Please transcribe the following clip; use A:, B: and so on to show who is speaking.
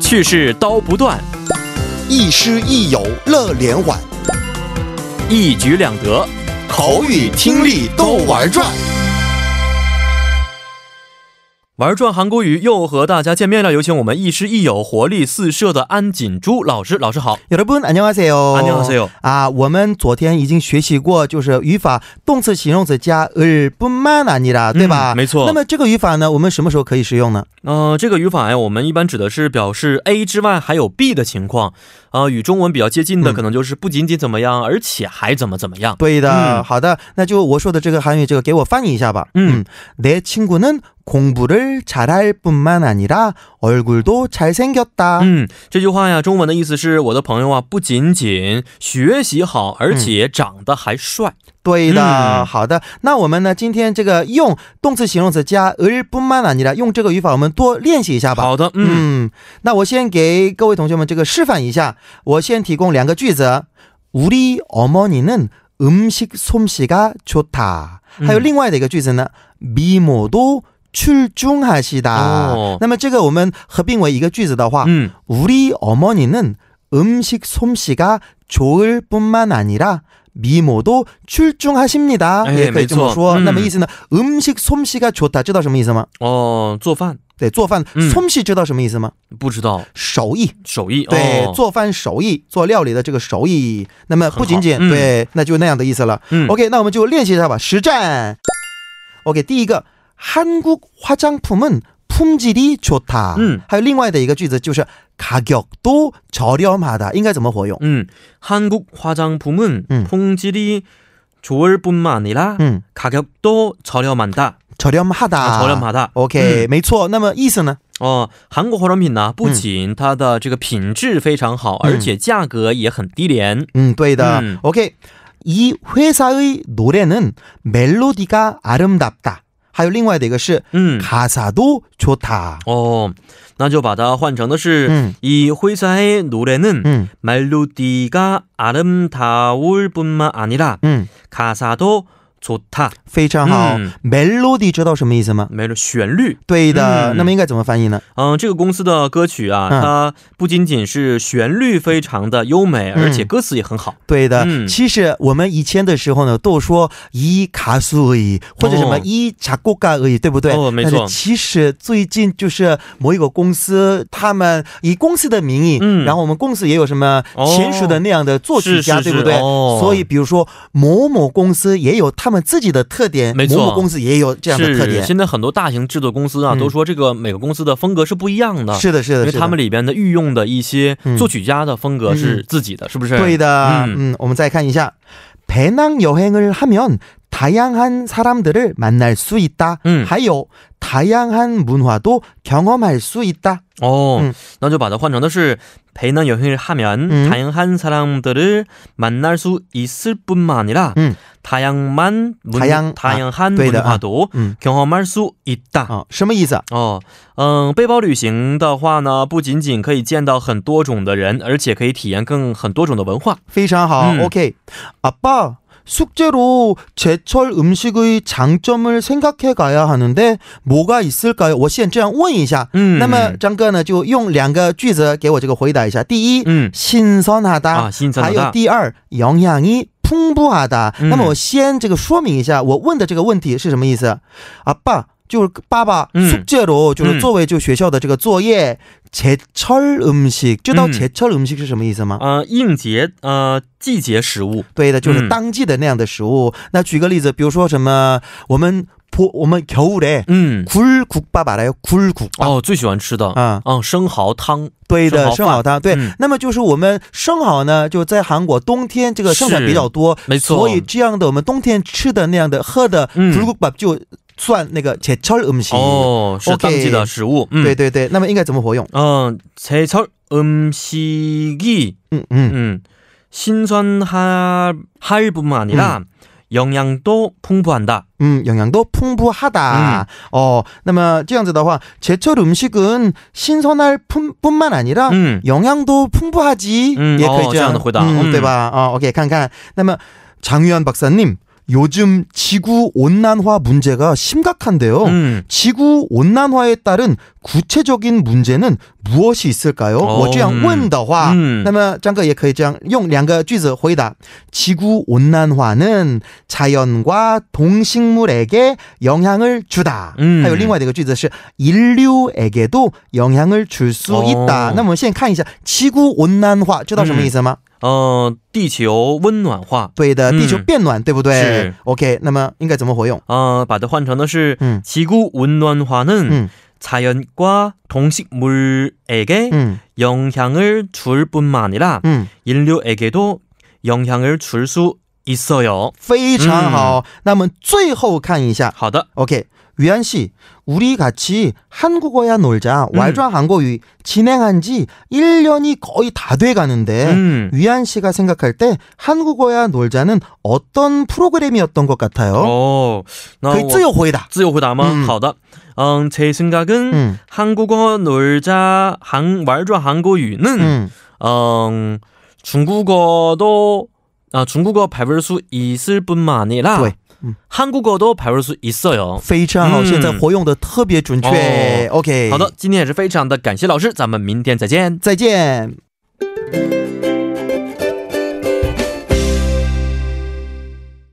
A: 去世刀不断，
B: 亦师亦友乐连环，
A: 一举两得。
B: 口语听力都玩转。
A: 玩转韩国语又和大家见面了，有请我们亦师亦友、活力四射的安锦珠老师。老师好，
C: 여러분 안녕하세요.
A: 안녕하세요.
C: 아, 我们昨天已经学习过，就是语法动词、形容词加을뿐만 아니라, 对吧？
A: 嗯没错。
C: 那么这个语法呢，我们什么时候可以使用呢？
A: 呃，这个语法呀，我们一般指的是表示 A 之外还有 B 的情况。呃，与中文比较接近的，
C: 嗯
A: 可能就是不仅仅怎么样，而且还怎么怎么样。
C: 对的，
A: 嗯
C: 好的，那就我说的这个韩语，这个给我翻译一下吧。
A: 嗯
C: 내친구는공부를잘할뿐만아니라얼굴도잘생겼다。
A: 嗯，这句话呀，中文的意思是我的朋友啊，不仅仅学习好，而
C: 嗯
A: 且长得还帅。
C: 对的、
A: 嗯
C: 好的。那我们呢，今天这个用动词、形容词加을뿐만아니라，用这个语法，我们多练习一下吧。
A: 好的，嗯，
C: 嗯，那我先给各位同学们这个示范一下，我先提供两个句子。우리어머니는음식솜씨가좋다。还有另外的一个句子呢，미모도출중하시다。
A: 哦
C: 那么这个我们合并为一个句子的话，
A: 嗯，
C: 우리어머니는음식솜씨가좋을뿐만아니라미모도출중하십니다。
A: 哎
C: 也可以这
A: 没
C: 么
A: 错
C: 说。
A: 嗯
C: 那么意思呢，음식솜씨가좋다，知道什么意思吗？
A: 哦，做饭
C: 对，做饭
A: 嗯
C: 솜씨知道什么意思吗？
A: 不知道
C: 手艺。
A: 手艺，
C: 对
A: 哦，，
C: 做饭手艺、做料理的这个手艺，那么不仅仅、
A: 很好嗯
C: 对，那就那样的意思了。
A: 嗯
C: OK，那我们就练习一下吧，实战。OK，第一个，韩国化妆品은품질이좋다。
A: 嗯，
C: 还有另外的一个句子就是가격도저렴하다，应该怎么活用？
A: 嗯， 음, 한국화장품은
C: 嗯。
A: 품질이좋을뿐만아니라
C: 嗯，
A: 가격도저렴한다
C: 저렴하다，
A: 啊 저렴하다嗯
C: OK，、没错。那么意思呢？
A: 哦，韩国化妆品呢，不仅它的这个品质非常好，而且价格也很低廉。
C: 嗯，对的。
A: 嗯
C: OK，이회사의노래는멜로디가아름답다。还有另外的一个是
A: 嗯，
C: 가사도좋다。
A: 哦，那就把它换成的是
C: 嗯
A: 어, 이회사의노래는
C: 嗯
A: 멜로디가아름다울뿐만아니라
C: 嗯，
A: 가사도좋다。
C: 非常好。
A: 嗯
C: melody 知道什么意思吗？
A: 没了旋律，
C: 对的、
A: 嗯
C: 那么应该怎么翻译呢？
A: 嗯、这个公司的歌曲啊，
C: 嗯
A: 它不仅仅是旋律非常的优美，
C: 嗯
A: 而且歌词也很好。
C: 对的、
A: 嗯
C: 其实我们以前的时候呢，都说一卡苏伊或者什么
A: 哦
C: 一查古嘎而已，对不对？
A: 哦没错
C: 但是其实最近就是某一个公司，他们以公司的名义，
A: 嗯哦
C: 然后我们公司也有什么前属的那样的作曲家，
A: 是是是
C: 对不对、
A: 哦
C: 所以比如说某某公司也有他们自己的特点，
A: 没错
C: 某某公司也有这样的特
A: 是，
C: 点。
A: 现在很多大型制作公司啊、
C: 嗯
A: 都说这个每个公司的风格是不一样的。
C: 是的，是
A: 因
C: 的，
A: 为
C: 是的。
A: 他们里边的御用的一些
C: 嗯
A: 作曲家的风格是自己的，是不是？
C: 对的。
A: 嗯
C: 嗯我们再看一下 음, 배낭여행을하면다양한사람들을만날수있다。
A: 嗯
C: 还有다양한문화도경험할수있다。
A: 哦，
C: 嗯
A: 那就把它换成的是陪能여행을하면
C: 嗯
A: 다양한사람들을만날수있을뿐만아니라
C: 嗯
A: 다양만문
C: 다양啊
A: 다양한
C: 对的
A: 文化도
C: 嗯
A: 경험할수있다。
C: 啊、什么意思啊？
A: 哦，嗯，背包旅行的话呢，不仅仅可以见到很多种的人，而且可以体验更很多种的文化。
C: 非常好。
A: 嗯
C: OK，아빠숙제로제철음식의장점을생각해가야하는데뭐가있을까요？我现在这样问一下。
A: 嗯
C: 那么张哥呢，就用两个句子给我这个回答一下。第一，
A: 嗯
C: 신선하다。
A: 啊，新增
C: 还
A: 的
C: 有
A: 大
C: 第二，영양이풍부하다。
A: 嗯
C: 那么我先这个说明一下，我问的这个问题是什么意思？啊，爸就是爸爸，
A: 嗯
C: 숙제로就是作为就学校的这个作业，제철음식，知道
A: 嗯
C: 제철음식是什么意思吗？
A: 呃应节呃季节食物。
C: 对的，就
A: 嗯
C: 是当季的那样的食物。那举个例子，比如说什么，我们보我们겨울에
A: 嗯，
C: 굴국밥 알아요? 굴국밥
A: 哦，最喜欢吃的啊，
C: 啊，
A: 嗯，生蚝汤，
C: 对的，
A: 生
C: 生
A: 蚝
C: 蚝汤，对。
A: 嗯
C: 那么就是我们生蚝呢，就在韩国冬天这个盛产
A: 是
C: 比较多，
A: 没错
C: 所以这样的我们冬天吃的那样的喝的
A: 嗯
C: 불국밥就算那个제철음식。，
A: 哦，是
C: OK
A: 当季的食物，嗯，
C: 对，对对，那么应该怎么活用？
A: 嗯，제철음식이
C: 嗯嗯，
A: 嗯신선할할뿐만아니라영양도풍부한다。
C: 嗯，영양도풍부하다、哦，那么这样子的话，제철음식은신선할뿐뿐만아니라、
A: 嗯，
C: 영양도풍부하지
A: 嗯
C: 也可以
A: 哦 음。 어，
C: 这
A: 这
C: 样,、
A: 样的回答 음。 嗯
C: 嗯，对吧？啊、o k 看看。那么장유한박사님요즘지구온난화문제가심각한데요
A: 음。 嗯，
C: 지구 온난화에 따른 구체적인 문제는 무엇이 있을까요?
A: 어,
C: 我这样问的话，
A: 음.
C: 那么张哥也可以这样用两个句子回答 지구 온난화는 자연과 동식물에게 영향을 주다.
A: 음.
C: 还有另外的一个句子是 인류에게도 영향을 줄 수
A: 어.
C: 있다. 那么我们先看一下 지구 온난화 知道什么意思吗？
A: 呃，地球温暖化，
C: 对的，
A: 嗯
C: 地球变暖，对不对
A: 是
C: ？OK，那么应该怎么活用？
A: 呃，把它换成的是
C: 嗯
A: 지구 온난화는
C: 嗯
A: 자연과 동식물에게
C: 嗯 음。
A: 영향을 줄 뿐만 아니라
C: 嗯，
A: 인류에게도 영향을 줄 수 있어요.
C: 非常好。那么最后看一下
A: 好的，
C: ，OK，유한 씨， 우리같이한국어야놀자
A: 음.
C: 왈자한국어진행한지 1년이 거의 다 돼 가는데
A: 음,
C: 유한 씨가 생각할 때 한국어야 놀자는 어떤 프로그램이었던 것 같아요?
A: 어, 나
C: 그의
A: 어,
C: 自由回答。
A: 自由回答吗？
C: 음.
A: 好的，嗯，제 생각은
C: 嗯
A: 한국어 놀자 한 말자 한국어는
C: 嗯
A: 음, 중국어도 아, 중국어 배울 수 있을 뿐만 아니라
C: 왜? 음.
A: 한국어도 배울 수 있어요.
C: 非常好，
A: 嗯
C: 现在活用的特别准确。
A: 哦
C: OK，
A: 好的，今天也是非常的感谢老师，咱们明天再见。
C: 再见。